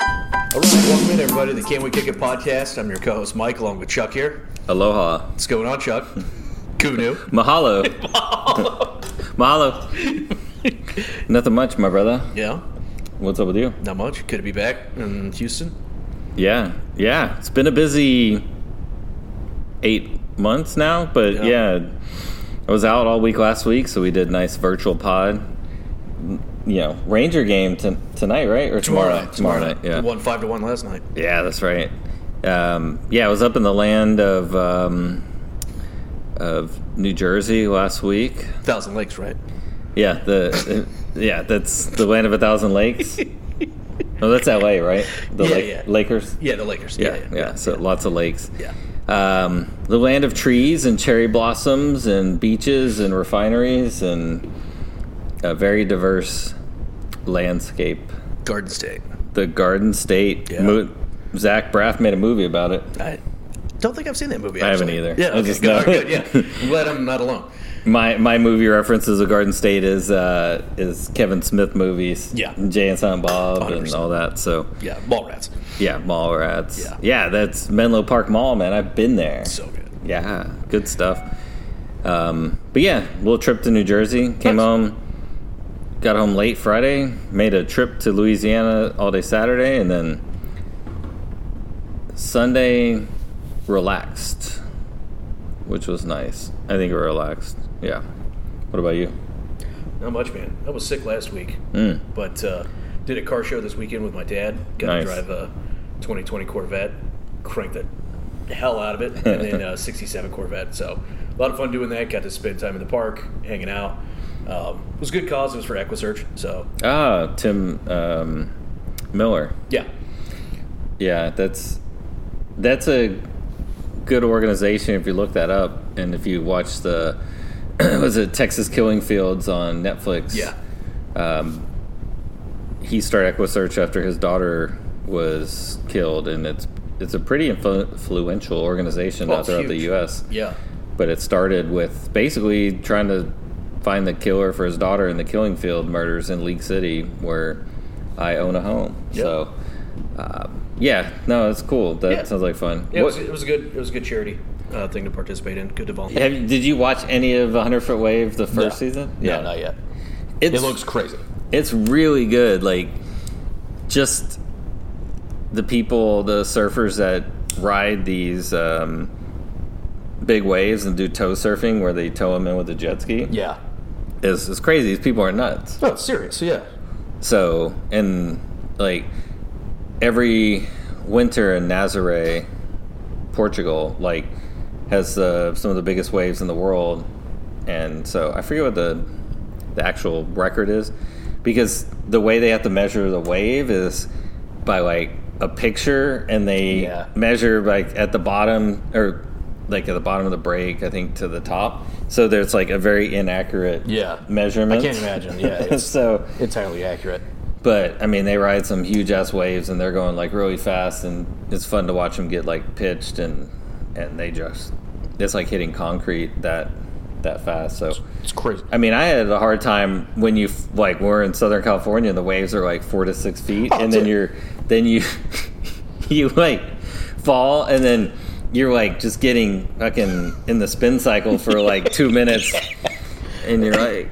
All right, welcome in everybody to the Can We Kick It podcast. I'm your co-host Mike, along with Chuck here. Aloha. What's going on, Chuck? Kunu. Mahalo. Mahalo. Nothing much, my brother. Yeah, What's up with you? not much. Could it be back in Houston? Yeah. Yeah. It's been a busy eight months now, but Yeah. yeah. I was out all week last week, so we did nice virtual pod. You know, Ranger game t- tonight, right? Or tomorrow? Tomorrow, night, yeah. Won five to one last night. Yeah, that's right. Um, yeah, I was up in the land of um, of New Jersey last week. Thousand Lakes, right? Yeah, the uh, yeah, that's the land of a thousand lakes. No, that's L.A., right? The Yeah, Lak- yeah. Lakers. Yeah, the Lakers. Yeah, yeah. so lots of lakes. yeah. Um, the land of trees and cherry blossoms and beaches and refineries and a very diverse landscape. Garden State. The Garden State. Yeah. Mo- Zach Braff made a movie about it. I don't think I've seen that movie. I haven't actually. either. Yeah, I okay, just good, know. all right, good, Yeah, I'm glad I'm not alone. My my movie references of Garden State is uh, is Kevin Smith movies. Yeah. Jay and Silent Bob and 100%. all that. So Yeah, ball rats. yeah, mall rats. Yeah. that's Menlo Park Mall, man. I've been there. So good. yeah, good stuff. Um, but yeah, little trip to New Jersey. Came Nice. home, got home late Friday. Made a trip to Louisiana all day Saturday, and then Sunday relaxed, which was nice. I think I relaxed. Yeah. What about you? Not much, man. I was sick last week, Mm. but uh, did a car show this weekend with my dad. Got Nice. to drive a 2020 Corvette, cranked the hell out of it, and then uh, 67 Corvette. So a lot of fun doing that. Got to spend time in the park, hanging out. Um, it was a good cause. It was for EquiSearch. So Ah, Tim um, Miller. yeah, Yeah, that's that's a good organization if you look that up and if you watch the was it Texas Killing Fields on Netflix. yeah, He started EquiSearch after his daughter was killed and it's it's a pretty influ- influential organization Oh, out it's throughout huge. the US. yeah, But it started with basically trying to find the killer for his daughter in the Killing Field murders in League City, where I own a home. Yep. So, uh, yeah, no, it's cool. That Yeah. sounds like fun. yeah. It was, What- it was a good. It was a good charity uh, thing to participate in. Good to volunteer. have, did you watch any of 100 Foot Wave the first No. season? No, not yet. It's, It looks crazy. it's really good. Like, just the people, the surfers that ride these um, big waves and do tow surfing, where they tow them in with a jet ski. Yeah. is, is crazy. These people are nuts. No, it's serious. Yeah. So, and like every winter in Nazaré, Portugal, like has uh, some of the biggest waves in the world. And so I forget what the the actual record is because the way they have to measure the wave is by like a picture and they Yeah. measure like at the bottom or like at the bottom of the break I think to the top so there's like a very inaccurate Yeah. measurement I can't imagine. Yeah, it's- so Entirely accurate. but I mean, they ride some huge ass waves, and they're going like really fast, and it's fun to watch them get like pitched, and and they just it's like hitting concrete that that fast. So It's crazy. I mean, I had a hard time when you f- like we're in Southern California, the waves are like four to six feet, and then dude. you're then you you like fall, and then you're like just getting fucking in the spin cycle for like two minutes, and you're like,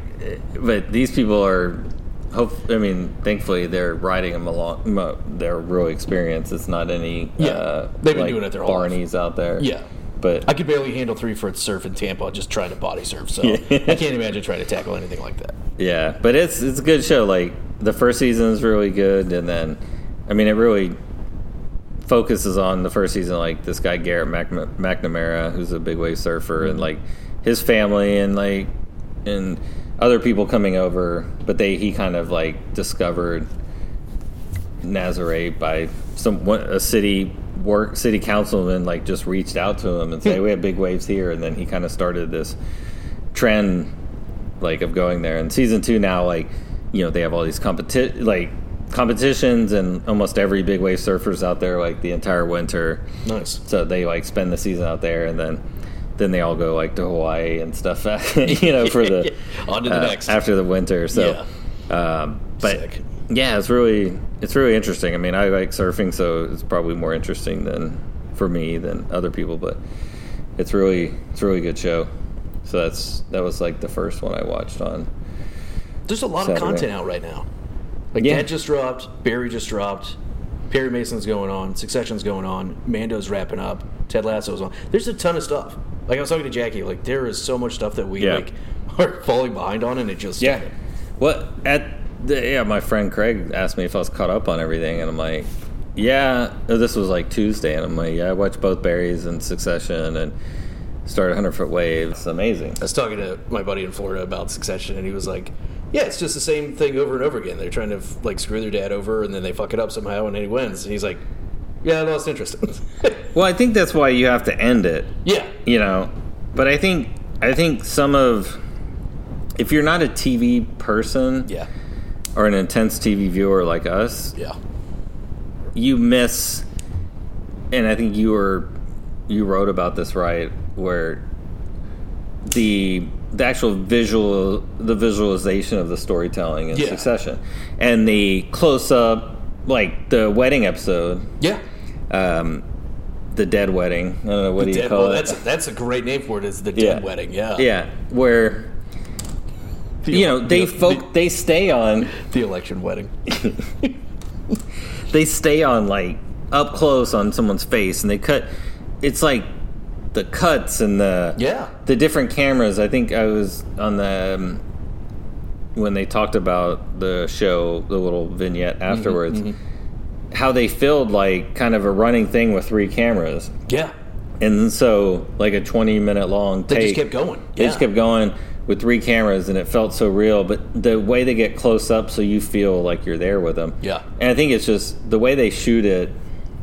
but these people are. Hope I mean, thankfully they're riding them along. mo- They're real experience. It's not any Yeah. uh, They've been like doing it their whole life. Barneys out there. Yeah. but I could barely handle three foot surf in Tampa just trying to body surf. So Yeah. I can't imagine trying to tackle anything like that. Yeah, but it's it's a good show. Like the first season is really good, and then, I mean, it really focuses on the first season. Like this guy Garrett Mac- McNamara, who's a big wave surfer, and like his family, and like and other people coming over. But they he kind of like discovered Nazare by some one- a city work city councilman like just reached out to him and said, hey, "We have big waves here," and then he kind of started this trend like of going there. And season two now, like you know, they have all these competi- like competitions, and almost every big wave surfer's out there like the entire winter. Nice. So they like spend the season out there, and then then they all go like to Hawaii and stuff, you know, for the On to the next. after the winter. So, Yeah. um, but Sick. yeah, it's really it's really interesting. I mean, I like surfing, so it's probably more interesting than for me than other people, but it's really it's a really good show. So that's that was like the first one I watched on. There's a lot Saturday. of content out right now. Like Yeah. that just dropped, Barry just dropped, Perry Mason's going on, Succession's going on, Mando's wrapping up, Ted Lasso's on. There's a ton of stuff. Like I was talking to Jackie, like there is so much stuff that we Yeah. like are falling behind on, and it just Yeah. What at the yeah, my friend Craig asked me if I was caught up on everything and I'm like, Yeah oh, this was like Tuesday and I'm like, Yeah, I watched both Barry's and Succession and started hundred foot wave. It's amazing. I was talking to my buddy in Florida about Succession, and he was like, "Yeah, it's just the same thing over and over again. They're trying to like screw their dad over, and then they fuck it up somehow, and then he wins." And he's like, "Yeah, I lost interest." Well, I think that's why you have to end it. yeah, you know but i think i think some of if you're not a tv person yeah, or an intense tv viewer like us yeah, you miss and i think you were you wrote about this right where the the actual visual the visualization of the storytelling in Yeah. succession and the close up like the wedding episode yeah. um the dead wedding i don't know what do you Dead- call well, it that's that's a great name for it. Is the dead Yeah. wedding? Yeah, yeah where The- you know they the- folk they stay on the, the election wedding. they stay on like up close on someone's face and they cut it's like the cuts and the Yeah, the different cameras i think i was on the um, when they talked about the show the little vignette Mm-hmm, afterwards how they filled like kind of a running thing with three cameras yeah. and so like a 20 minute long They take just kept going. They yeah. just kept going with three cameras, and it felt so real. But the way they get close up, so you feel like you're there with them. Yeah. and I think it's just the way they shoot it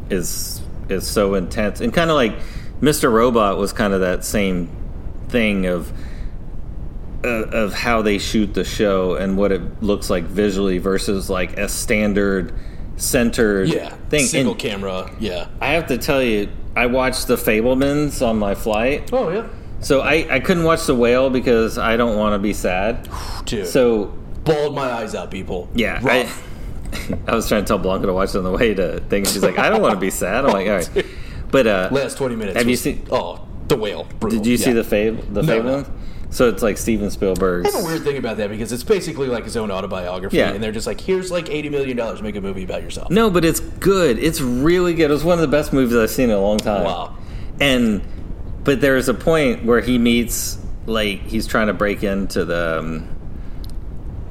is is so intense, and kind of like Mr. Robot was kind of that same thing of. Of of how they shoot the show and what it looks like visually versus like a standard centered yeah. thing. Single And camera. Yeah. I have to tell you, I watched The Fablemans on my flight. Oh yeah. So I, I couldn't watch the whale because I don't want to be sad. Dude, So bawled my eyes out, people. yeah, I, Rough. I was trying to tell Blanca to watch it on the way to things. She's like, I don't want to be sad. I'm like, all right. But uh, Last twenty minutes. Have you was- seen- Oh, the whale. Brutal. did you see Yeah. the fave the No, fable? no. So it's like Steven I have a Spielberg's. weird thing about that because it's basically like his own autobiography, Yeah. and they're just like, "Here's like eighty million dollars, make a movie about yourself." No, but it's good. It's really good. It was one of the best movies I've seen in a long time. Wow. And but there is a point where he meets like he's trying to break into the um,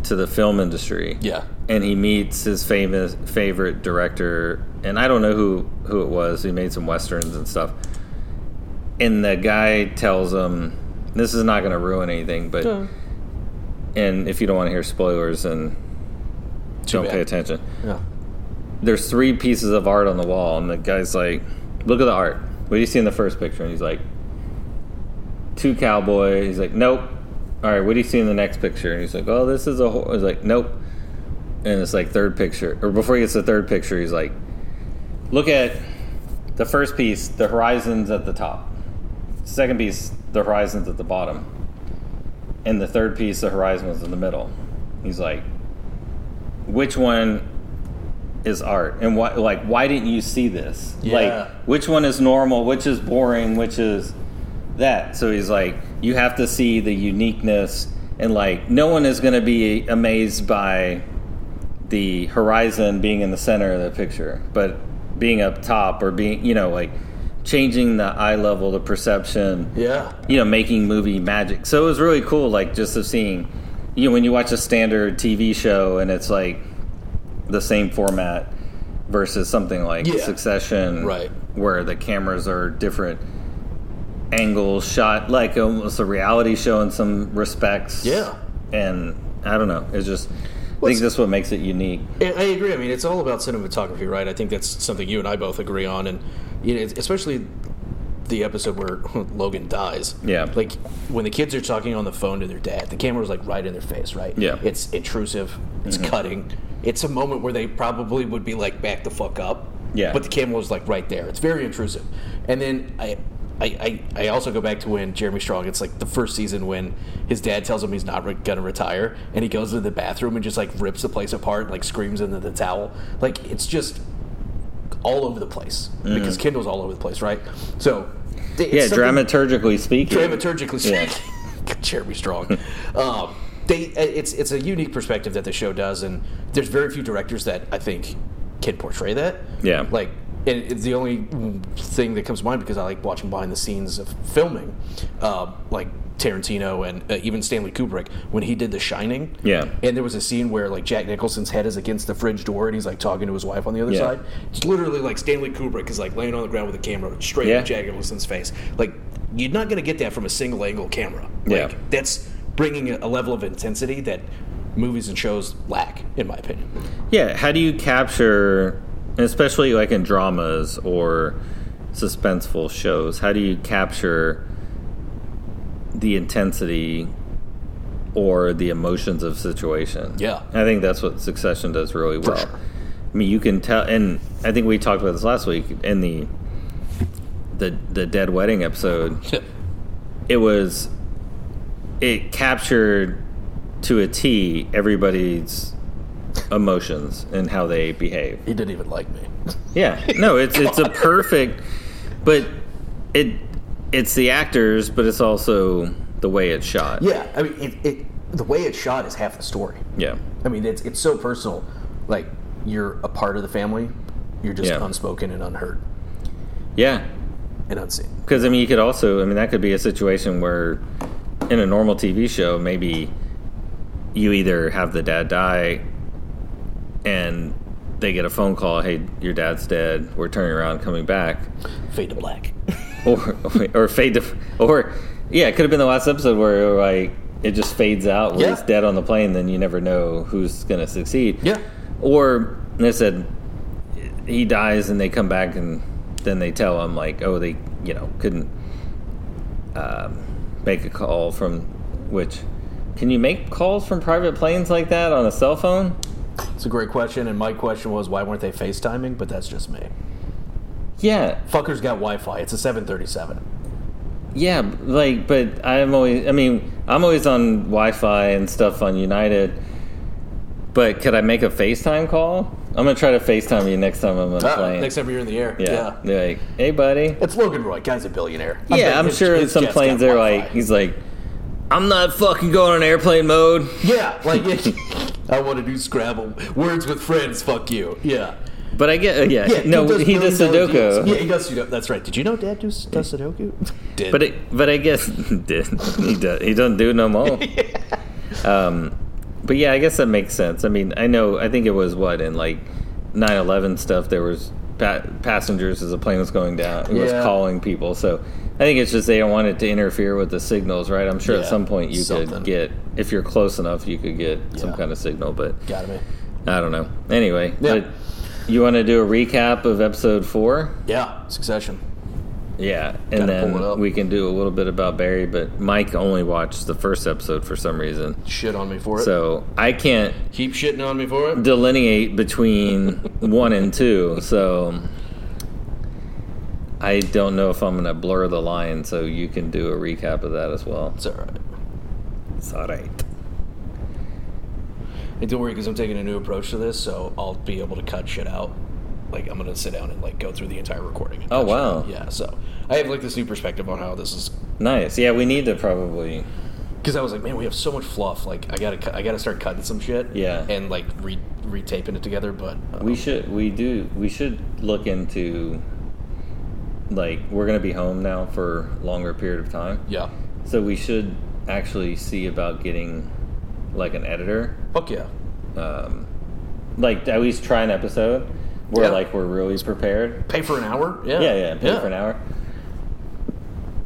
to the film industry. Yeah, and he meets his famous favorite director, and I don't know who who it was. He made some westerns and stuff. And the guy tells him, "This is not going to ruin anything, but and if you don't want to hear spoilers, then don't bad. pay attention." yeah, There's three pieces of art on the wall, and the guy's like, "Look at the art. What do you see in the first picture?" And he's like, two cowboy." He's like, "Nope." All right, what do you see in the next picture? And he's like, "Oh, this is a." Ho-. He's like, "Nope." and it's like third picture or before he gets to the third picture he's like look at the first piece the horizons at the top second piece the horizons at the bottom and the third piece the horizon was in the middle he's like which one is art and why like why didn't you see this Yeah. like which one is normal which is boring which is that. So he's like, you have to see the uniqueness, and like, no one is going to be amazed by the horizon being in the center of the picture, but being up top or being, you know, like changing the eye level, the perception, yeah. you know, making movie magic. So it was really cool, like, just of seeing, you know, when you watch a standard TV show and it's like the same format versus something like Yeah. Succession, Right. where the cameras are different angles, shot like almost a reality show in some respects. Yeah. And I don't know. It's just, I Well, think it's- that's what makes it unique. I I agree. I mean, it's all about cinematography, right? I think that's something you and I both agree on, and you know, especially the episode where Logan dies. Yeah. Like when the kids are talking on the phone to their dad, the camera's like right in their face, right? Yeah. Mm-hmm. It's intrusive. It's cutting. It's a moment where they probably would be like, "Back the fuck up." Yeah. But the camera was like right there. It's very intrusive. And then I, I, I, I also go back to when Jeremy Strong, it's like the first season when his dad tells him he's not re- going to retire, and he goes into the bathroom and just like rips the place apart, and, like screams into the towel. Like it's just all over the place because Kindle's all over the place, right? So it's Mm. yeah, something- dramaturgically speaking. dramaturgically Yeah. speaking, Jeremy Strong. um, they it's it's a unique perspective that the show does, and there's very few directors that I think can portray that. Yeah. like and it's the only thing that comes to mind because I like watching behind the scenes of filming, um, like Tarantino and uh, even Stanley Kubrick when he did The Shining. Yeah. and there was a scene where like Jack Nicholson's head is against the fridge door and he's like talking to his wife on the other Yeah. side. It's literally like Stanley Kubrick is like laying on the ground with a camera straight Yeah. at Jack Nicholson's face. Like you're not going to get that from a single angle camera. Like, Yeah. that's bringing a- a level of intensity that movies and shows lack, in my opinion. Yeah, how do you capture, and especially like in dramas or suspenseful shows, how do you capture the intensity or the emotions of situation? Yeah. I think that's what Succession does really well. sure. I mean, you can tell, and I think we talked about this last week in the the the dead wedding episode it was it captured to a T everybody's emotions and how they behave. he didn't even like me. Yeah. No, it's it's a perfect but it it's the actors, but it's also the way it's shot. yeah, I mean, it, it the way it's shot is half the story. Yeah. I mean, it's it's so personal. Like you're a part of the family, you're just Yeah. unspoken and unheard Yeah. and unseen. Because I mean, you could also, I mean, that could be a situation where, in a normal TV show, maybe you either have the dad die, and they get a phone call, "Hey, your dad's dead. We're turning around, coming back," Fade to black. or or fade to, or yeah, it could have been the last episode where like it just fades out, where Yeah. he's dead on the plane, then you never know who's gonna succeed. Yeah. Or they said he dies and they come back and then they tell him like, oh, they you know couldn't um, make a call from which can you make calls from private planes like that on a cell phone? It's a great question, and my question was why weren't they FaceTiming? But that's just me. Yeah, Fuckers got Wi-Fi. It's a 737. yeah, like but I'm always I mean I'm always on Wi-Fi and stuff on United. But could I make a FaceTime call? I'm gonna try to FaceTime you next time I'm on a plane. Uh, next time you're in the air. yeah. yeah. Like, hey buddy. It's Logan Roy. Guy's a billionaire. I bet Yeah, I'm his- sure in his some jet's got planes they're Wi-Fi. like, he's like, I'm not fucking going on airplane mode. yeah, like, I want to do Scrabble. Words with friends, fuck you. Yeah. But I get, uh, yeah, Yeah, no, does he does billion dollar Sudoku. deals. Yeah, he does Sudoku. That's right. Did you know Dad does, does Sudoku? Did. But it, but I guess did he does he doesn't do it no more. Um, but yeah, I guess that makes sense. I mean, I know, I think it was what in like 9/11 stuff. There was pa- passengers as the plane was going down. It was Yeah. calling people. So I think it's just they don't want it to interfere with the signals, right? I'm sure at Yeah, some point you something. could get if you're close enough, you could get some Yeah. kind of signal, but. Got me. I don't know. Anyway, Yeah. but you want to do a recap of episode four? Yeah, Succession. Yeah, Gotta pull and it then up. we can do a little bit about Barry. But Mike only watched the first episode for some reason, Shit on me for it. so I can't Keep shitting on me for it. delineate between one and two. So I don't know if I'm going to blur the line. So you can do a recap of that as well. It's all right. It's all right. And don't worry, because I'm taking a new approach to this, so I'll be able to cut shit out. Like I'm gonna sit down and like go through the entire recording. and Oh, cut shit wow. out. Yeah, so I have like this new perspective on how this is, Nice. Yeah, we need to probably. because I was like, man, we have so much fluff. Like I gotta, cut I gotta start cutting some shit. Yeah. and like re retaping it together. But uh, We should we do we should look into like we're gonna be home now for a longer period of time. yeah, So we should actually see about getting like an editor. fuck yeah, Um like at least try an episode where Yeah. like we're really prepared. pay for an hour. Yeah, Yeah, yeah, pay for an hour.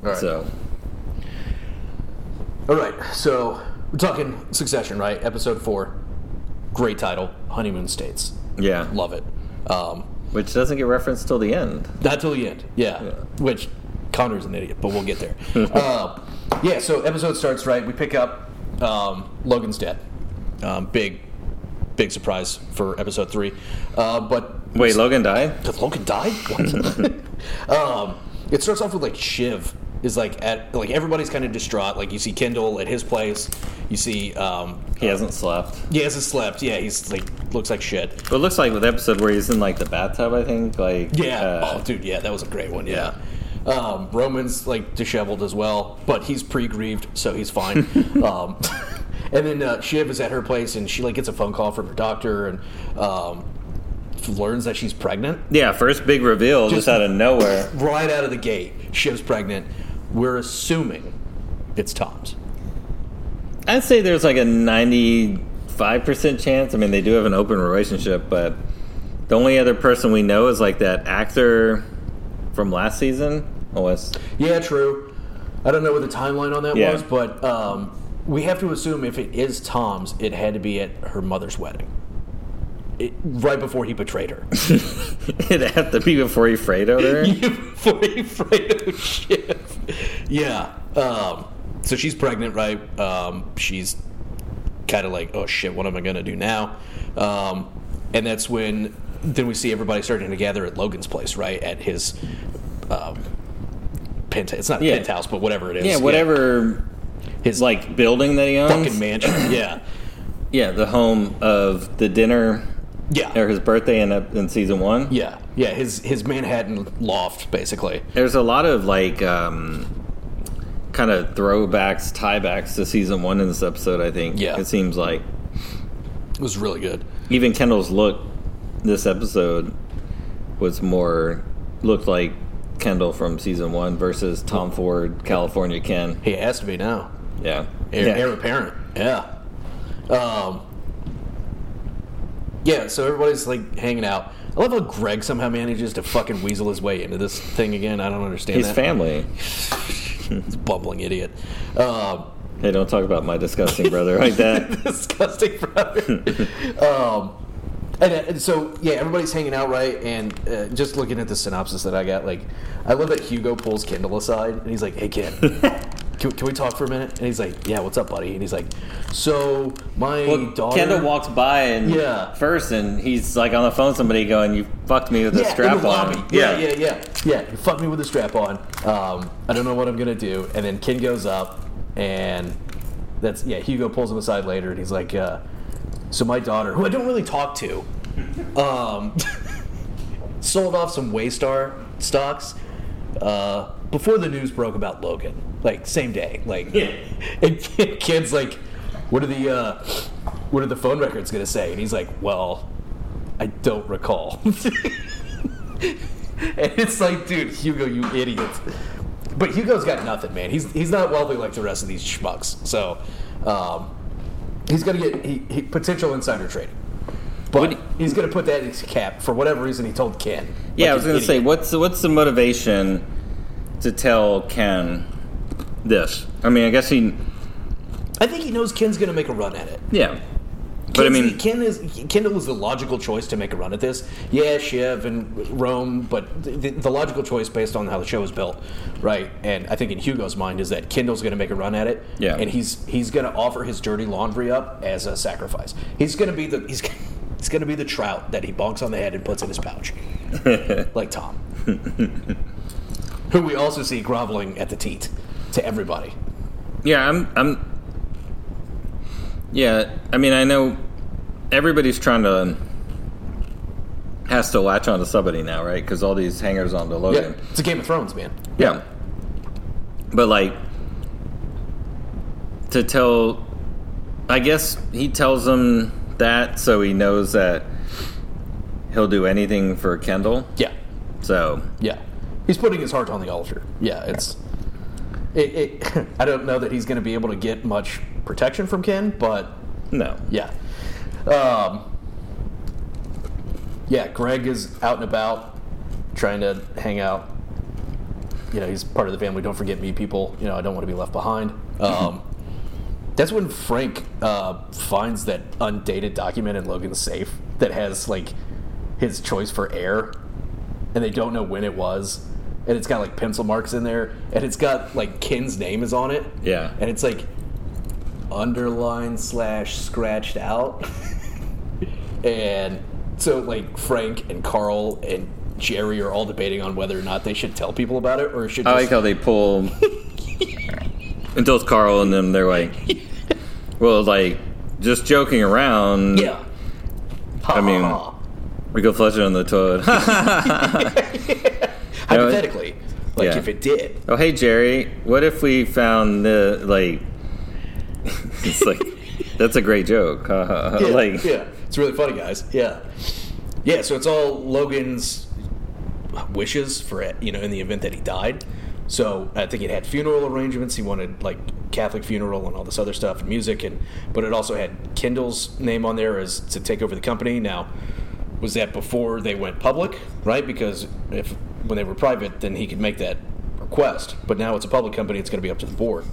All right. So All right, so we're talking Succession, right? Episode four. Great title, Honeymoon States. yeah. Love it. Um, Which doesn't get referenced till the end. Not till the end, yeah. Yeah. Which Connor's an idiot, but we'll get there. uh, yeah, so episode starts right. We pick up um, Logan's dead. Um, big, big surprise for episode three. Uh, but Wait, Logan died? Logan died. What? um, It starts off with like Shiv is like at like everybody's kind of distraught. Like you see Kendall at his place. You see um, He hasn't slept. he hasn't slept. Yeah, he's like looks like shit. But it looks like with the episode where he's in like the bathtub, I think. Like Yeah. uh, oh, dude. Yeah, that was a great one. Yeah. Um, Roman's like disheveled as well, but he's pre-grieved, so he's fine. um, and then uh, Shiv is at her place, and she like gets a phone call from her doctor, and um, learns that she's pregnant yeah. First big reveal just, Just- out of nowhere. right out of the gate. Shiv's pregnant. We're assuming it's Tom's. I'd say there's like a ninety-five percent chance. I mean, they do have an open relationship, but the only other person we know is like that actor from last season. Unless Yeah, true. I don't know what the timeline on that Yeah. was, but um, we have to assume if it is Tom's, it had to be at her mother's wedding, it, right before he betrayed her. it'd have to be before he frayed over. You free Fredo shift. Yeah. Um, so she's pregnant, right? Um, she's kind of like, oh shit, what am I gonna do now? Um, and that's when then we see everybody starting to gather at Logan's place, right? At his um, penthouse. It's not a Yeah. penthouse, but whatever it is. yeah, whatever His like like building that he owns. fucking mansion. yeah. Yeah, the home of the dinner Yeah. or his birthday in in season one. yeah. Yeah. His his Manhattan loft, basically. There's a lot of like um, kind of throwbacks, tiebacks to season one in this episode. I think. Yeah. it seems like It was really good. even Kendall's look this episode was more looked like Kendall from season one versus Tom Ford, California Ken. He has to be now. Yeah, heir, yeah. heir apparent. Yeah. Um, yeah. So everybody's like hanging out. I love how Greg somehow manages to fucking weasel his way into this thing again. I don't understand. He's that. family. He's a bumbling idiot. Um, Hey, don't talk about my disgusting brother like that. disgusting brother. um, and, and so yeah, everybody's hanging out right, and uh, just looking at the synopsis that I got, like I love that Hugo pulls Kendall aside and he's like, "Hey, Ken." Can, can we talk for a minute? And he's like, "Yeah, what's up, buddy?" And he's like, "So my daughter." Kendall walks by and Yeah. first, and he's like on the phone. Somebody going, "You fucked me with a yeah, in strap the on." lobby. Yeah, yeah, yeah, yeah. You Fuck me with a strap on. Um, I don't know what I'm gonna do. And then Ken goes up, and that's yeah. Hugo pulls him aside later, and he's like, uh, "So my daughter, who I don't really talk to, um, sold off some Waystar stocks uh, before the news broke about Logan. Like same day. Like, and Ken- Ken's like, "What are the uh, what are the phone records gonna say?" And he's like, "Well." I don't recall. And it's like, dude, Hugo, you idiot. But Hugo's got nothing, man. He's he's not wealthy like the rest of these schmucks. So um, he's gonna get he, he, potential insider trading. But Would- he's gonna put that in his cap for whatever reason he told Ken. Yeah, Like I was an gonna say, idiot. what's what's the motivation to tell Ken this? I mean, I guess he, I think he knows Ken's gonna make a run at it. yeah, but I Ken's- mean, Ken is Kendall is the logical choice to make a run at this. Yeah, Shiv and Rome, but the, the logical choice based on how the show is built, right? And I think in Hugo's mind is that Kendall's going to make a run at it, Yeah. and he's he's going to offer his dirty laundry up as a sacrifice. He's going to be the he's he's going to be the trout that he bonks on the head and puts in his pouch, like Tom, who we also see groveling at the teat to everybody. yeah, I'm, I'm, yeah, I mean, I know everybody's trying to has to latch on to somebody now, right? Because all these hangers on to Yeah, Logan, it's a Game of Thrones, man. yeah. But like to tell I guess he tells him that so he knows that he'll do anything for Kendall. Yeah. So Yeah, he's putting his heart on the altar. Yeah, it's. It, it, I don't know that he's going to be able to get much protection from Ken, but no. yeah, um, yeah. Greg is out and about, trying to hang out. You know, he's part of the family. Don't forget me, people. You know, I don't want to be left behind. Um, that's when Frank uh, finds that undated document in Logan's safe that has like his choice for heir and they don't know when it was. And it's got like pencil marks in there, and it's got like Ken's name is on it. Yeah. And it's like underlined slash scratched out. and so like Frank and Carl and Jerry are all debating on whether or not they should tell people about it or should I just like how they pull and tells Carl and them they're like Well like just joking around yeah. Ha, ha, I mean, ha. we go flush it on the toilet. hypothetically, like Yeah. if it did, oh hey Jerry, what if we found the like it's like that's a great joke. yeah, like yeah, it's really funny, guys. Yeah, yeah. So it's all Logan's wishes for it, you know, in the event that he died. So I think it had funeral arrangements. He wanted like Catholic funeral and all this other stuff and music, and but it also had Kendall's name on there as to take over the company. Now, was that before they went public, right? Because if when they were private, then he could make that request. But now it's a public company; it's going to be up to the board.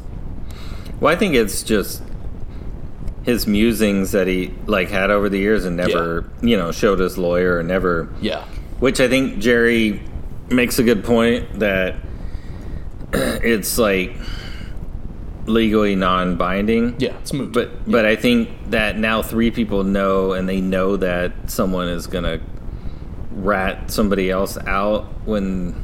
Well, I think it's just his musings that he like had over the years and never, you know, showed his lawyer and never. Yeah, Which I think Jerry makes a good point that it's like legally non-binding. yeah, it's moved. But but I think that now three people know and they know that someone is gonna rat somebody else out when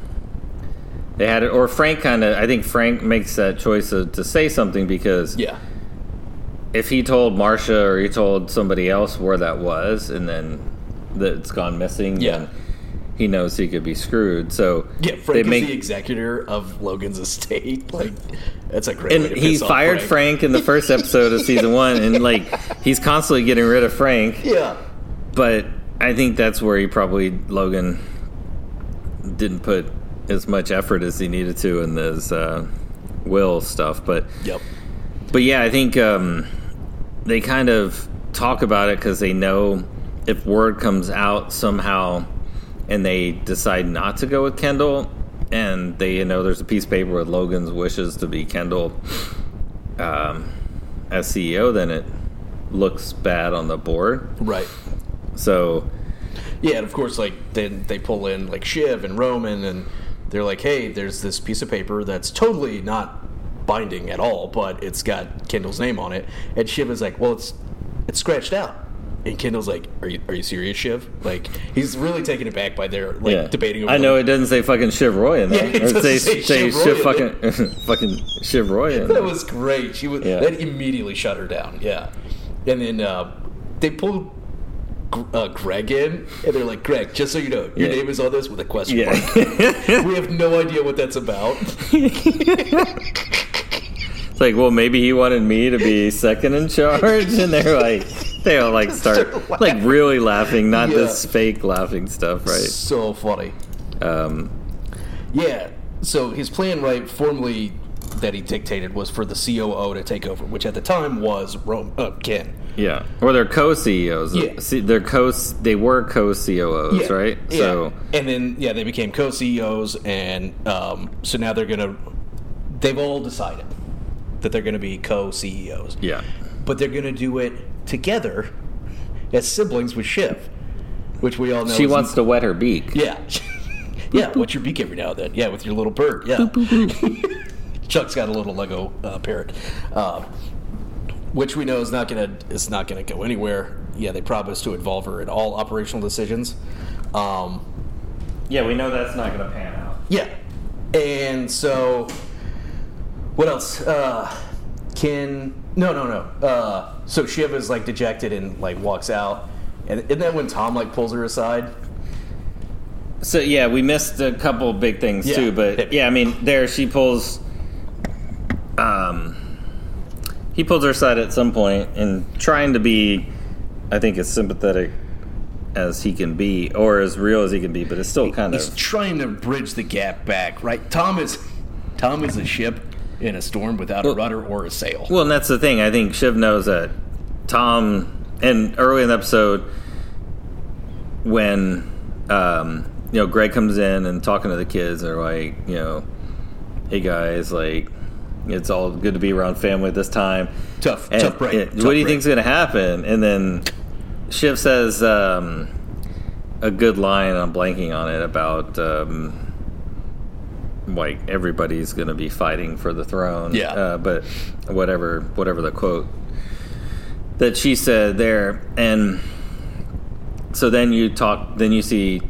they had it. Or Frank kind of I think Frank makes that choice of, to say something because yeah, if he told Marcia or he told somebody else where that was and then that it's gone missing, Yeah. then he knows he could be screwed. So Yeah, they Frank make is the executor of Logan's estate. Like, that's a great. way and to he piss off fired Frank. in the first episode of season one, and like he's constantly getting rid of Frank. Yeah, But I think that's where he probably Logan didn't put as much effort as he needed to in this uh, will stuff. But yep, But yeah, I think um, they kind of talk about it because they know if word comes out somehow and they decide not to go with Kendall, and they you know there's a piece of paper with Logan's wishes to be Kendall um, as CEO, then it looks bad on the board. right. So Yeah, and of course, like then they pull in like Shiv and Roman, and they're like, "Hey, there's this piece of paper that's totally not binding at all, but it's got Kendall's name on it." And Shiv is like, "Well, it's it's scratched out." And Kendall's like, "Are you are you serious, Shiv?" Like he's really taken aback by their like yeah, debating. I know the- it doesn't say fucking Shiv Roy in there. Yeah, it Or doesn't say, say say Shiv Shiv Roy in fucking fucking Shiv Roy in That there. was great. She was Yeah. that immediately shut her down. Yeah, and then uh, they pulled Gr- uh, Greg in, and they're like, "Greg, just so you know, your Yeah. name is on this with a question mark. Yeah. We have no idea what that's about." It's like, well, maybe he wanted me to be second in charge, and they're like, they all like start Start laughing. like really laughing, not Yeah. this fake laughing stuff, right? So funny. Um, Yeah. So his plan, right, formally that he dictated was for the COO to take over, which at the time was Rome uh, Ken. yeah, or they're co-CEOs. Yeah. See, they're co. They were co-CEOs, Yeah, E right? yeah. So and then yeah, they became co-CEOs, and um, so now they're gonna. They've all decided that they're gonna be co-CEOs, yeah, but they're gonna do it together as siblings with Shiv, which we all know. she is- wants to wet her beak. yeah, yeah. What's your beak every now and then? Yeah, with your little bird. Yeah. Chuck's got a little Lego uh, parrot, uh, which we know is not gonna is not gonna go anywhere. Yeah, they promised to involve her in all operational decisions. Um, Yeah, we know that's not going to pan out. yeah. And so, what else? Uh, Ken. No, no, no. Uh, so Shiv is like dejected and like walks out. And isn't that when Tom like pulls her aside? So yeah, we missed a couple big things Yeah. too, but yeah, I mean, there she pulls. Um, he pulls her aside at some point, and trying to be, I think, as sympathetic as he can be, or as real as he can be, but it's still kind He's of trying to bridge the gap back, right? Tom is, Tom is a ship in a storm without a Well- rudder or a sail. well. And that's the thing. I think Shiv knows that Tom, and early in the episode, when um, you know Greg comes in and talking to the kids, they're like, you know, hey guys, like it's all good to be around family at this time. Tough, And tough break. it- tough eh, what do you break. think's going to happen? And then Shiv says um, a good line. I'm blanking on it about um, like everybody's going to be fighting for the throne. Yeah. uh, but whatever, whatever the quote that she said there, and so then you talk, then you see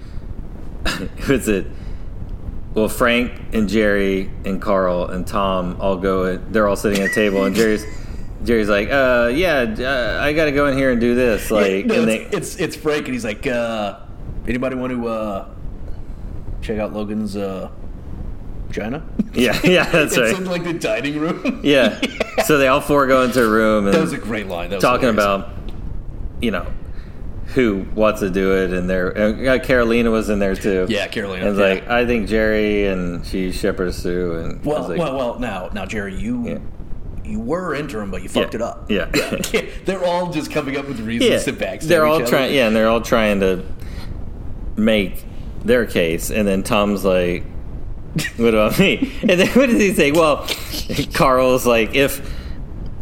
was it? Well, Frank and Jerry and Carl and Tom all go. in- They're all sitting at a table, and Jerry's Jerry's like, uh, "Yeah, uh, I got to go in here and do this." Like, no, and it's, it's it's Frank, and he's like, uh, anybody want to uh, check out Logan's uh, China? yeah, yeah, that's it's right. in like the dining room. yeah. So they all four go into a room and that was a great line. That was talking hilarious. about you know who wants to do it and there and, uh, carolina was in there too Yeah, Carolina, and it's yeah. like i think jerry and she shepherds through and I Well, was like, well, well. Now, now, Jerry, you Yeah. you were interim, but you yeah, fucked it up. yeah yeah, they're all just coming up with reasons to backstab they're all each trying Other. yeah and they're all trying to make their case and then tom's like what about me and then what does he say well carl's like if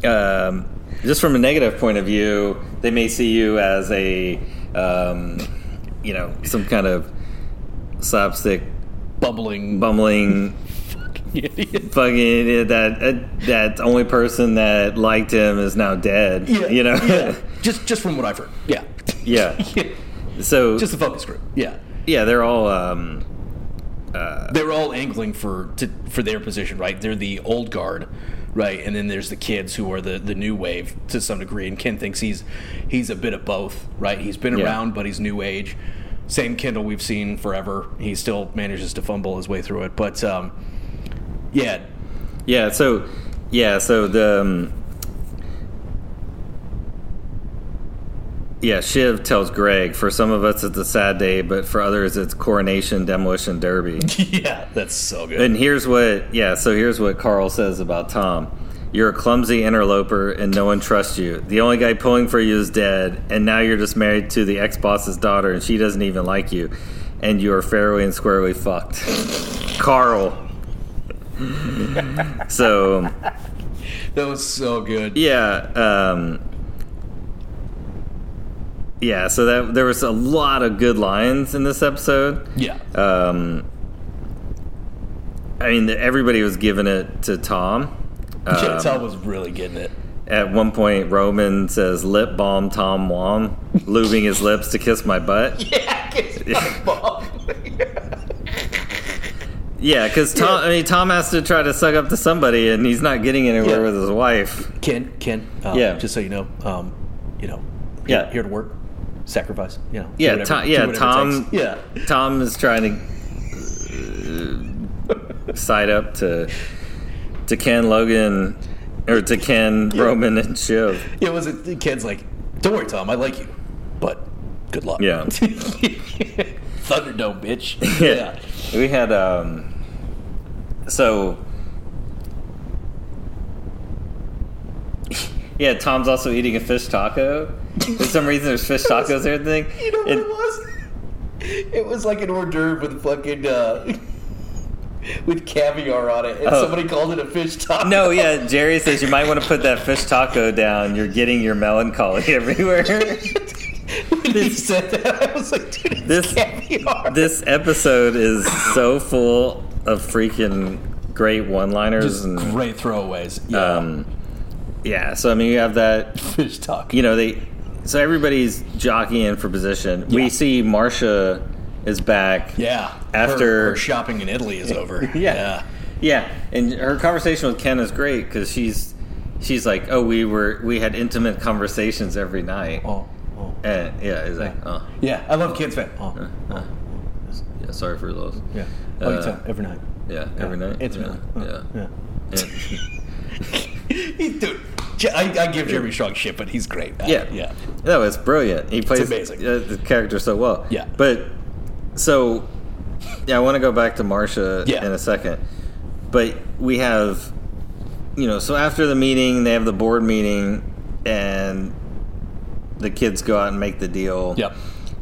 um, just from a negative point of view, they may see you as a, um, you know, some kind of slapstick, bumbling bumbling, idiot. fucking idiot that uh, that only person that liked him is now dead. you know, yeah. just just from what I've heard. Yeah, yeah. So just the focus group. Yeah, yeah, they're all. Um, they're all angling for to, for their position, right? They're the old guard, right? And then there's the kids who are the, the new wave to some degree. And Ken thinks he's he's a bit of both, right? He's been Yeah. around, but he's new age. Same Kendall we've seen forever. He still manages to fumble his way through it, but um, yeah, Yeah. So, yeah. So the. Um, yeah, Shiv tells Greg. For some of us, it's a sad day, but for others, it's coronation, demolition, derby. yeah, that's so good. and here's what. Yeah. So here's what Carl says about Tom. You're a clumsy interloper, and no one trusts you. The only guy pulling for you is dead, and now you're just married to the ex boss's daughter, and she doesn't even like you, and you are fairly and squarely fucked. Carl. so that was so good. yeah. Um, yeah. So that there was a lot of good lines in this episode. Yeah, Um, I mean, everybody was giving it to Tom. Um, Chantel was really getting it. at one point, Roman says, "Lip balm, Tom Wong, lubing his lips to kiss my butt." Yeah, because Tom. I mean, Tom has to try to suck up to somebody, and he's not getting anywhere Yeah. with his wife. Ken, Ken, um, Yeah. Just so you know, um, you know, Yeah. here to work, sacrifice. You know, do Yeah, whatever- Tom- do yeah, whatever it Tom- takes. Yeah, Tom is trying to uh, side up to to Ken Logan or to Ken Roman and Shiv. it was. A, Ken's like, don't worry, Tom, I like you, but good luck. Yeah. Thunderdome, bitch. Yeah, we had um. So yeah, Tom's also eating a fish taco. For some reason, there's fish tacos there. and Thing. You know what And- it, was? It was like an hors d'oeuvre with fucking uh, with caviar on it, and Oh. somebody called it a fish taco. No, yeah, Jerry says you might want to put that fish taco down. You're getting your melancholy everywhere. when he said that, I was like, dude, it's This- caviar. this episode is so full of freaking great one-liners Just and great throwaways. Yeah. um, yeah. So I mean, you have that. fish taco. You know, they. So everybody's jockeying for position. We Yeah. see Marcia is back. Yeah. After- her, her shopping in Italy is over. Yeah. Yeah, and her conversation with Ken is great because she's she's like, oh, we were we had intimate conversations every night. Oh, oh. And yeah, it's like, oh, Yeah, I love kids fan. Oh, oh. yeah, sorry for your loss. Yeah. All the Uh, time, every night. Yeah, every night. Intimately. Oh. Yeah. Yeah. yeah. yeah. Dude, Je- I, I give Jeremy Strong shit, but he's great. Uh, Yeah, Yeah. No, it's brilliant. He plays amazing. uh, the character so well. Yeah. but so yeah, I want to go back to Marcia Yeah. in a second, but we have you know so after the meeting they have the board meeting and the kids go out and make the deal. Yep.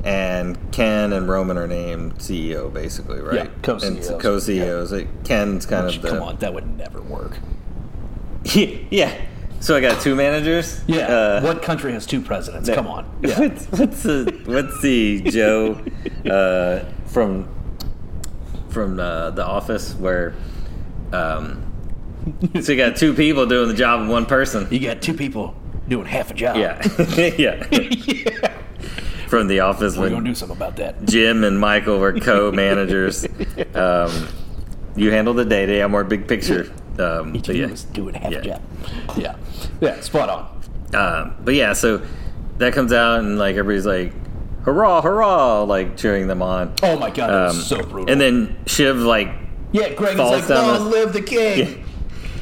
And Ken and Roman are named CEO basically, right? Yeah, co-CEOs. And so co-CEOs. Like, Ken's kind Which, of the Come on, that would never work. yeah. So I got two managers. Yeah. Uh, what country has two presidents? that- Come on. Yeah. What's, what's the what's the Joe uh, from from uh, the office where um, so you got two people doing the job of one person. you got two people doing half a job. Yeah. yeah. Yeah. from The Office We're when gonna do something about that. Jim and Michael were co-managers. um, you handle the day to day. I'm more big picture. Um, Each but of yeah, you was doing half Yeah. a job. Yeah, yeah, spot on. um, but yeah. So that comes out and like everybody's like, hurrah, hurrah, like cheering them on. Oh my god, that Um, was so brutal. and then Shiv like yeah, Greg falls was like, down "Long the- live the king."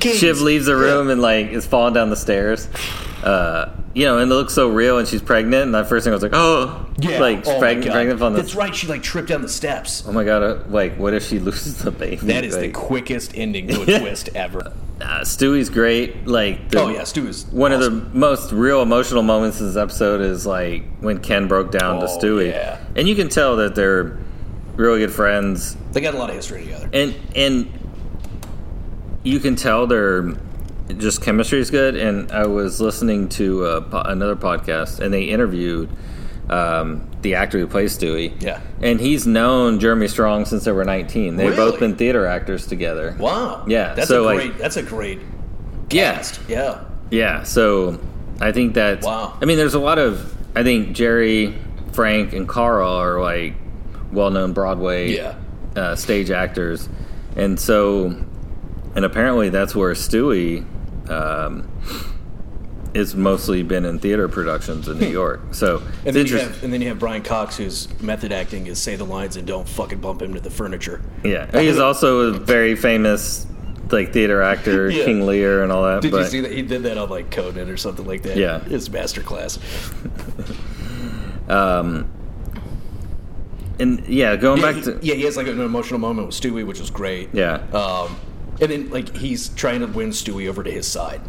Kings. Shiv leaves the room and like is falling down the stairs. Uh, you know, and it looks so real, and she's pregnant. And that first thing I was like, oh, Yeah, like oh my pregnant, God. pregnant from the That's right. She like tripped down the steps. Oh my god! uh, Like, what if she loses the baby? That is the like, quickest ending to a twist ever. uh, Stewie's great. Like, the, Oh yeah, Stu is one of the most real emotional moments in this episode is like when Ken broke down to Oh, Stewie, yeah. and you can tell that they're really good friends, They got a lot of history together. and and you can tell their just chemistry is good. And I was listening to uh po- another podcast, and they interviewed um, the actor who plays Stewie. Yeah. and he's known Jeremy Strong since they were nineteen. They've both Really? been theater actors together. Wow. Yeah, That's a so, like- great. that's a great. Yeah, Yeah. yeah. So I think that. Wow. I mean, there's a lot of. I think Jerry, Frank, and Carl are like well-known Broadway Yeah. uh, stage actors, and so, and apparently that's where Stewie. Um, it's mostly been in theater productions in New York, so Hmm. And it's then, you interesting. have, and then you have Brian Cox, whose method acting is say the lines and don't fucking bump into the furniture. yeah, he's also a very famous like theater actor, Yeah. King Lear, and all that. Did but, you see that he did that on like Conan or something like that? Yeah. his masterclass. Um, and yeah, going Yeah, back he, to yeah, he has like an emotional moment with Stewie, which was great. yeah, Um, and then like he's trying to win Stewie over to his side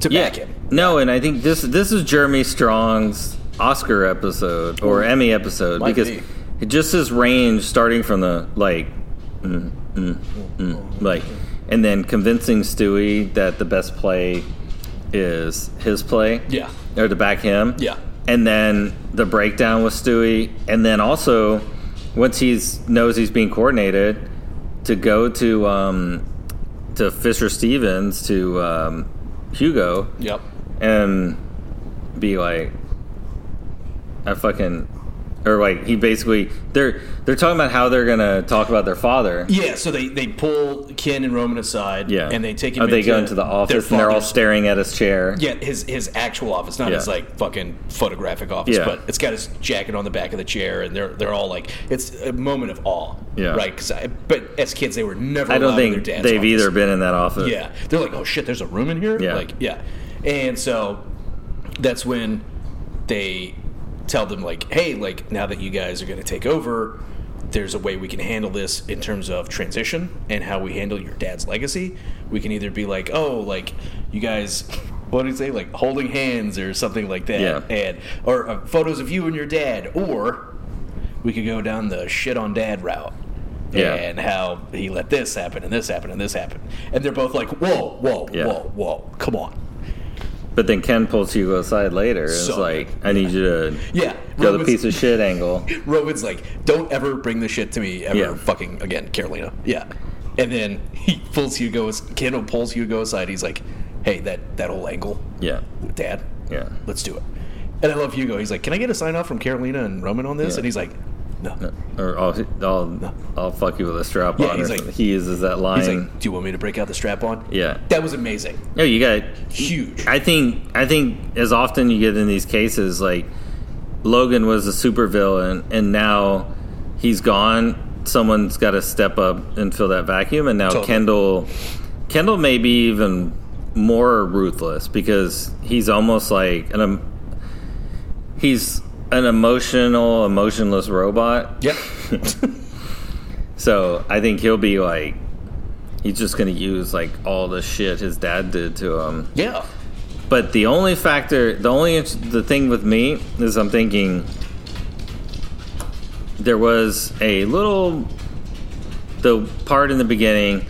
to yeah. back him. No, and I think this this is Jeremy Strong's Oscar episode or Emmy episode Might because be. it just his range starting from the like, mm, mm, mm, like, and then convincing Stewie that the best play is his play. Yeah. or to back him. Yeah. And then the breakdown with Stewie, and then also once he's knows he's being coordinated to go to um, to Fisher Stevens to um, Hugo Yep. and be like, I fucking. Or like he basically they're they're talking about how they're gonna talk about their father. Yeah, so they, they pull Ken and Roman aside. Yeah, and they take him. Or they into go into the their office and they're all father's- staring at his chair. Yeah, his his actual office, not Yeah. his like fucking photographic office, Yeah. but it's got his jacket on the back of the chair, and they're they're all like, it's a moment of awe, Yeah. right? 'Cause I, but as kids, they were never. I don't allowed in think their dad's they've office. either been in that office. Yeah, they're like, oh shit, there's a room in here. Yeah. like yeah, and so that's when they tell them like, hey, like now that you guys are going to take over, there's a way we can handle this in terms of transition and how we handle your dad's legacy. We can either be like, oh, like you guys. What do you say? Like holding hands or something like that, Yeah. and or uh, photos of you and your dad, or we could go down the shit on dad route. Yeah. And how he let this happen and this happen and this happen. And they're both like, whoa, whoa, Yeah. whoa, whoa, come on. But then Ken pulls Hugo aside later and is So- like, I need you to Yeah. go the Roman's- piece of shit angle. Roman's like, don't ever bring this shit to me ever Yeah. fucking again, Carolina. Yeah. And then he pulls Hugo, Kendall pulls Hugo aside. He's like, hey, that, that whole angle Yeah. with dad, Yeah. let's do it. And I love Hugo. He's like, can I get a sign off from Carolina and Roman on this? Yeah. And he's like, no. Or I'll, I'll, I'll fuck you with a strap Yeah, on. Or he's like- something. he uses that line. He's like, do you want me to break out the strap on? yeah. That was amazing. No, you got. Huge. I think. I think as often you get in these cases, like Logan was a supervillain, and now he's gone. Someone's got to step up and fill that vacuum, and now Totally. Kendall. Kendall may be even more ruthless because he's almost like an. em- He's an emotional, emotionless robot. Yep. So I think he'll be like, he's just going to use like all the shit his dad did to him. yeah. But the only factor, the only the thing with me is I'm thinking there was a little the part in the beginning.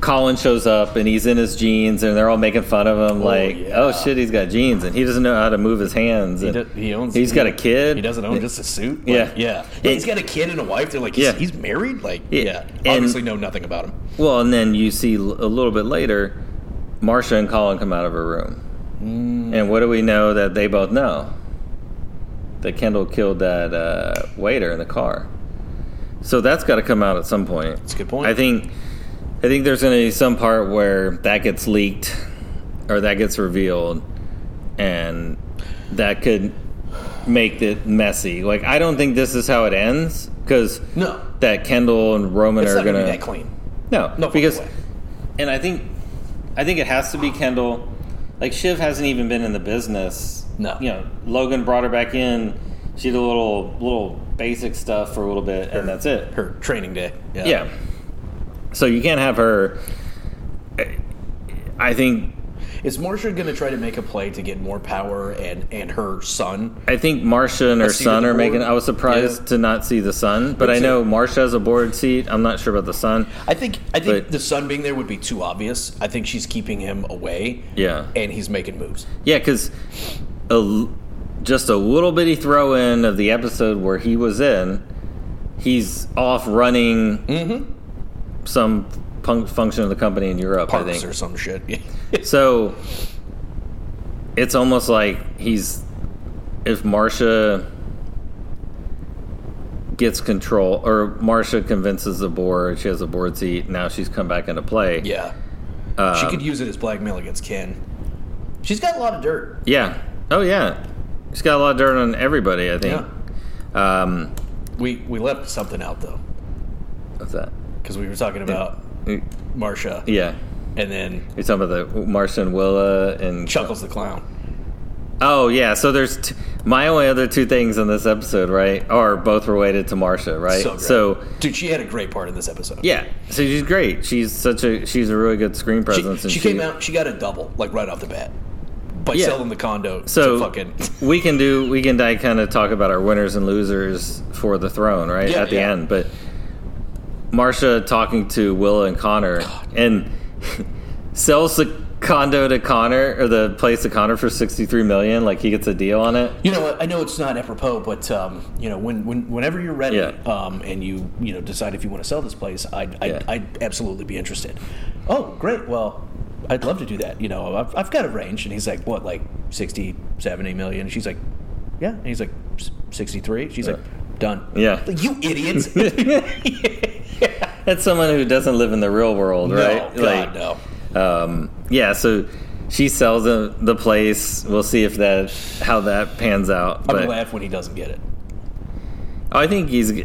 Colin shows up and he's in his jeans and they're all making fun of him like, yeah. "Oh shit, he's got jeans and he doesn't know how to move his hands." He, and do, he owns. He's got a kid. He doesn't own just a suit. Like, Yeah. yeah, Yeah. He's got a kid and a wife. They're like, he's, Yeah. he's married. Like, Yeah. yeah. And- Obviously, know nothing about him. Well, and then you see l- a little bit later, Marsha Mm. and Colin come out of her room. And what do we know that they both know? that Kendall killed that uh, waiter in the car. So that's got to come out at some point. That's a good point. I think I think there's going to be some part where that gets leaked or that gets revealed, and that could make it messy. Like I don't think this is how it ends because No. that Kendall and Roman It's are not going gonna to be that clean. no, No fucking because, way. and I think, I think it has to be Kendall. Like Shiv hasn't even been in the business. No. you know, Logan brought her back in. She did a little little basic stuff for a little bit, and that's it. Her training day. Yeah. Yeah. So you can't have her. I think Is Marsha going to try to make a play to get more power and and her son? I think Marsha and her seat at son the are making. board. I was surprised Yeah. to not see the son, but Me I too. know Marsha has a board seat. I'm not sure about the son. I think I think But- the son being there would be too obvious. I think she's keeping him away. Yeah. And he's making moves. Yeah, because a, l- just a little bitty throw in of the episode where he was in, he's off running Mm-hmm. some punk function of the company in Europe, I Parks think. or some shit. Yeah. So it's almost like he's. If Marcia gets control, or Marcia convinces the board, she has a board seat, now she's come back into play. Um, yeah. she could use it as blackmail against Ken. She's got a lot of dirt. Yeah. Oh, yeah. She's got a lot of dirt on everybody, I think. Um, We we left something out though What's that? because we were talking about Marsha Yeah. and then You're talking about the Marcia and Willa and. Chuckles the clown. Oh, yeah. So there's. T- my only other two things in this episode, right, are both related to Marcia, right? So, great. dude, she had a great part in this episode. yeah. So she's great. She's such a. She's a really good screen She, presence. and she came out. She got a double like right off the bat by Yeah. selling the condo. So to fucking we can do. We can die kind of talk about our winners and losers for the throne, right? Yeah, At the yeah. end. But Marcia talking to Willa and Connor and sells the condo to Connor or the place to Connor for 63 million. Like he gets a deal on it. You know what? I know it's not apropos, but um, you know, when, when whenever you're ready, Yeah. um, and you you know decide if you want to sell this place, I'd I'd, Yeah. I'd absolutely be interested. Oh, great! Well, I'd love to do that. You know, I've, I've got a range, and he's like, what, like 60, 70 million? And she's like, yeah. And he's like, sixty three. She's like, done. Yeah. Like, you idiots! That's someone who doesn't live in the real world, right? No, God, no. Um, yeah, so she sells the, the place. We'll see if that how that pans out. I'm But laugh when he doesn't get it. I think he's, I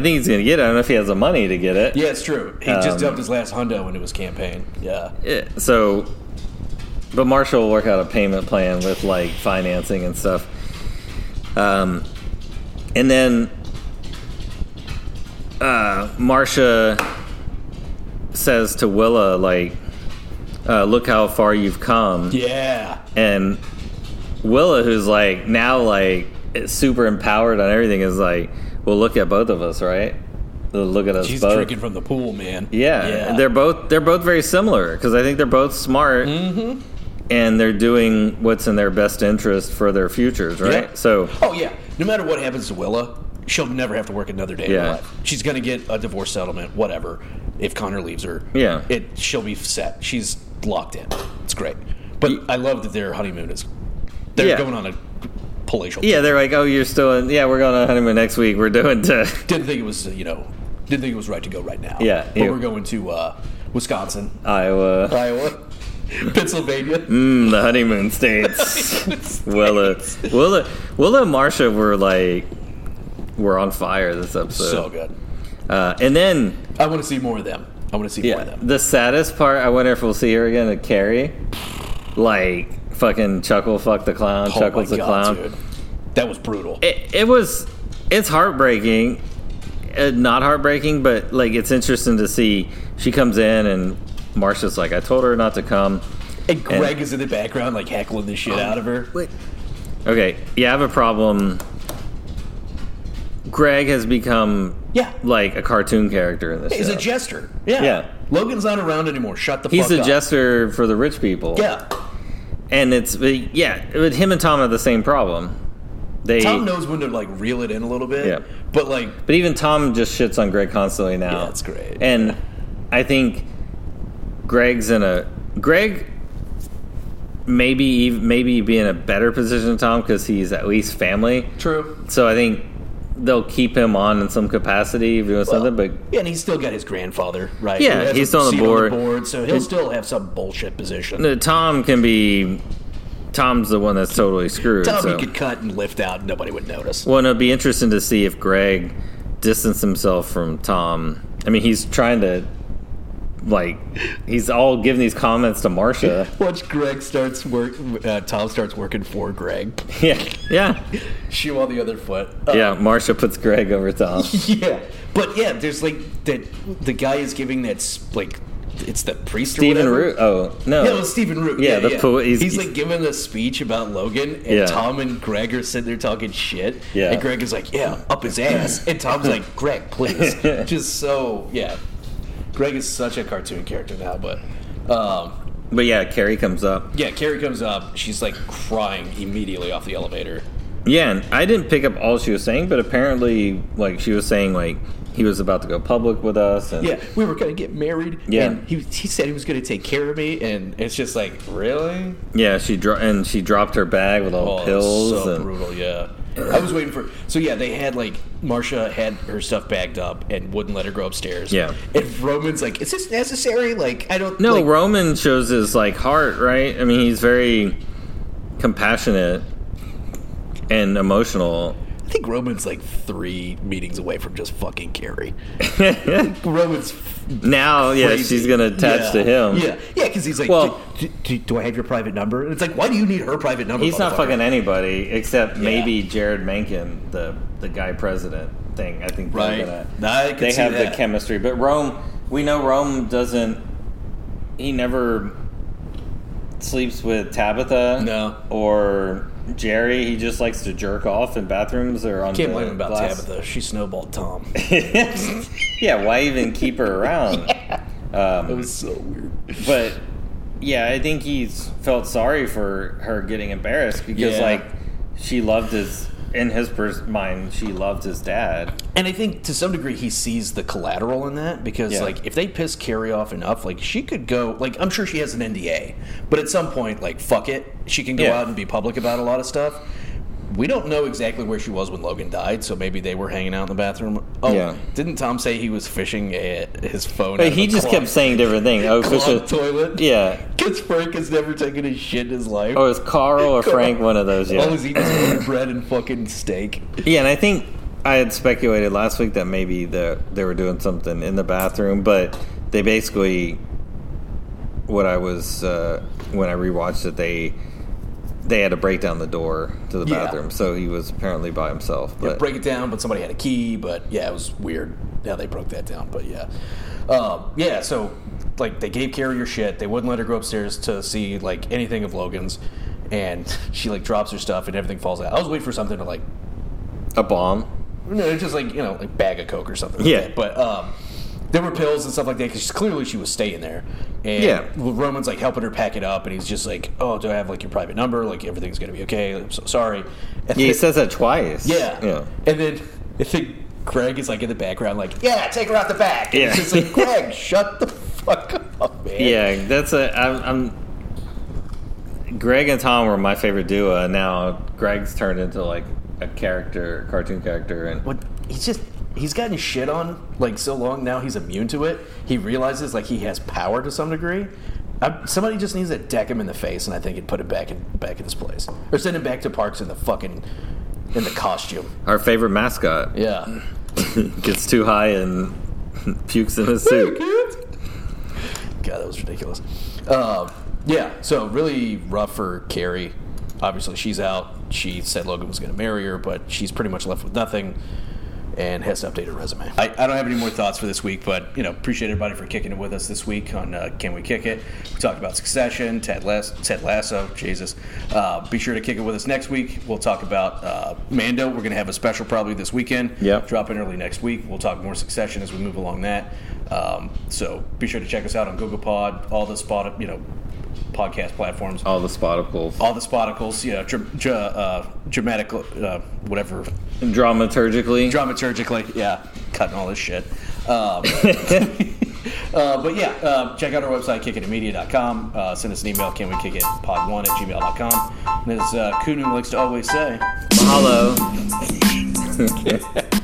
think he's gonna get it. I don't know if he has the money to get it. Yeah, it's true. He Um, just dumped his last hundo when it was campaign. Yeah. Yeah, so, but Marshall will work out a payment plan with like financing and stuff. Um, and then uh, Marsha says to Willa, like, uh, look how far you've come. Yeah. And Willa, who's like now like super empowered on everything, is like, well, look at both of us, right? Look at us She's both. drinking from the pool, man. Yeah, they're both they're both very similar because I think they're both smart, Mm-hmm. and they're doing what's in their best interest for their futures, right? Yeah. So Oh yeah. No matter what happens to Willa, she'll never have to work another day in Yeah. her life. She's gonna get a divorce settlement, whatever. If Connor leaves her, Yeah. it she'll be set. She's locked in. It's great. But I love that their honeymoon is. They're Yeah. going on a palatial. yeah, they're like, oh, you're still in. Yeah, we're going on honeymoon next week. We're doing to Didn't think it was uh, you know. Didn't think it was right to go right now. Yeah, But yeah. we're going to uh, Wisconsin, Iowa, Iowa, Pennsylvania. mm, the honeymoon states. Willa, Willa, Willa, and Marsha were like, were on fire this episode. So good. uh, and then I want to see more of them. I want to see more of Yeah, them. the saddest part. I wonder if we'll see her again. Is Carrie, like fucking chuckle, fuck the clown, Oh chuckles my the God, clown. dude. That was brutal. It, it was, it's heartbreaking. Uh, not heartbreaking, but like it's interesting to see. She comes in and Marsha's like, "I told her not to come." And Greg is in the background, like heckling the Um, shit out of her. Wait. Okay, yeah, I have a problem. Greg has become Yeah. like a cartoon character in this. He's show. a jester. Yeah. Yeah. Logan's not around anymore. Shut the He's fuck a up. jester for the rich people. Yeah. And it's but yeah, but him and Tom have the same problem. They Tom knows when to like reel it in a little bit. Yeah. But like but even Tom just shits on Greg constantly now. Yeah, that's great. And I think Greg's in a Greg maybe even, maybe be in a better position, Tom, because he's at least family. True. So I think they'll keep him on in some capacity, doing something. But Yeah, and he's still got his grandfather, right? Yeah, Who has he's a still on the seat board. so he'll still have some bullshit position. no, Tom can be. Tom's the one that's totally screwed. Tell him so. he could cut and lift out, and nobody would notice. Well, and it'd be interesting to see if Greg distanced himself from Tom. I mean, he's trying to, like, he's all giving these comments to Marcia. Watch Greg starts work. Uh, Tom starts working for Greg. yeah, yeah, Shoe on the other foot. yeah. Marcia puts Greg over Tom. yeah, but yeah, there's like that. The guy is giving that s- like it's the priest. Stephen or whatever. Root. Oh no. Yeah, it was Stephen Root. Yeah, the po- he's, he's- like giving a speech about Logan, and Yeah. Tom and Greg are sitting there talking shit. Yeah. and Greg is like, "Yeah, up his ass," and Tom's like, "Greg, please." Just so yeah. Greg is such a cartoon character now, but um, But yeah, Carrie comes up. yeah, Carrie comes up. She's like crying immediately off the elevator. Yeah, and I didn't pick up all she was saying, but apparently, like, she was saying like he was about to go public with us, and Yeah, we were gonna get married. Yeah. and he he said he was gonna take care of me, and It's just like really. yeah, she dro- and she dropped her bag with all Oh, the pills. so and, brutal. Yeah, I was waiting for. So yeah, they had like Marsha had her stuff bagged up and wouldn't let her go upstairs. Yeah. and Roman's like, "Is this necessary? Like, I don't No, like, Roman shows his like heart, right? I mean, he's very compassionate and emotional. I think Roman's like three meetings away from just fucking Carrie. Roman's Now, yeah, Crazy. she's gonna attach yeah. to him. Yeah, yeah, because he's like, Well- do, do, do I have your private number? And it's like, why do you need her private number? He's not motherfucker? fucking anybody except maybe Jared Mankin, the the guy president thing. I think they're Right. gonna- I could they see have that. the chemistry, but Rome, we know Rome doesn't. He never sleeps with Tabitha. No. or Jerry. He just likes to jerk off in bathrooms or on. Can't the blame him about glass. Tabitha. She snowballed Tom. yeah, why even keep her around? It um, was so weird. but yeah, I think he's felt sorry for her getting embarrassed because Yeah. like she loved his in his pers- mind she loved his dad. And I think to some degree he sees the collateral in that because Yeah. like if they piss Carrie off enough, like she could go like I'm sure she has an NDA, but at some point like fuck it, she can go Yeah. out and be public about a lot of stuff. We don't know exactly where she was when Logan died, so maybe they were hanging out in the bathroom. Oh, Yeah. didn't Tom say he was fishing at his phone? out But of he a just clogged- kept saying different things. Oh, clogged Fisher, toilet. yeah. because Frank has never taken a shit in his life. Oh, it's Carl or Frank, one of those. Yeah, All he's eating is bread and fucking steak. Yeah, and I think I had speculated last week that maybe the, they were doing something in the bathroom, but they basically what I was uh, when I rewatched it, they they had to break down the door to the Yeah. bathroom, so he was apparently by himself. But break it down, but somebody had a key. But yeah, it was weird how they broke that down. But yeah, um, yeah. So like they gave Carrie her shit. They wouldn't let her go upstairs to see like anything of Logan's, and she like drops her stuff and everything falls out. I was waiting for something to like a bomb, no, just like you know, like bag of coke or something. like Yeah. that. but um, there were pills and stuff like that because clearly she was staying there. And Yeah. Roman's like helping her pack it up, and he's just like, "Oh, do I have like your private number? Like everything's gonna be okay. I'm so sorry." And yeah, he then- says that twice. yeah. yeah, And then I think Greg is like in the background, like, yeah, take her out the back. And Yeah. It's just like, Greg, shut the fuck up, man. yeah. That's a I'm. I'm Greg and Tom were my favorite duo. and Now Greg's turned into like a character, cartoon character, and What he's just he's gotten shit on like so long now he's immune to it. He realizes like he has power to some degree. I, somebody just needs to deck him in the face, and I think it'd put him back in back in his place, or send him back to Parks in the fucking in the costume. our favorite mascot. Yeah, gets too high and pukes in his suit. God, that was ridiculous. Uh, yeah, so really rough for Carrie. Obviously, she's out. She said Logan was going to marry her, but she's pretty much left with nothing and has to update her resume. I, I don't have any more thoughts for this week, but, you know, appreciate everybody for kicking it with us this week on uh, Can We Kick It? We talked about Succession, Ted, Lass- Ted Lasso, Jesus. Uh, be sure to kick it with us next week. We'll talk about uh, Mando. We're going to have a special probably this weekend. Yep. Drop dropping early next week. We'll talk more succession as we move along that. Um, so be sure to check us out on Google Pod, all the spot, you know, podcast platforms, All the spoticles. all the spoticles, you know, dra- dra- uh, dramatic, uh, whatever, Dramaturgically. dramaturgically, yeah, cutting all this shit. Um, Uh, but yeah, uh, check out our website, kickitinmedia.com. Uh, send us an email, can we kick it pod1 at gmail.com. And as uh, Kunu likes to always say, Mahalo.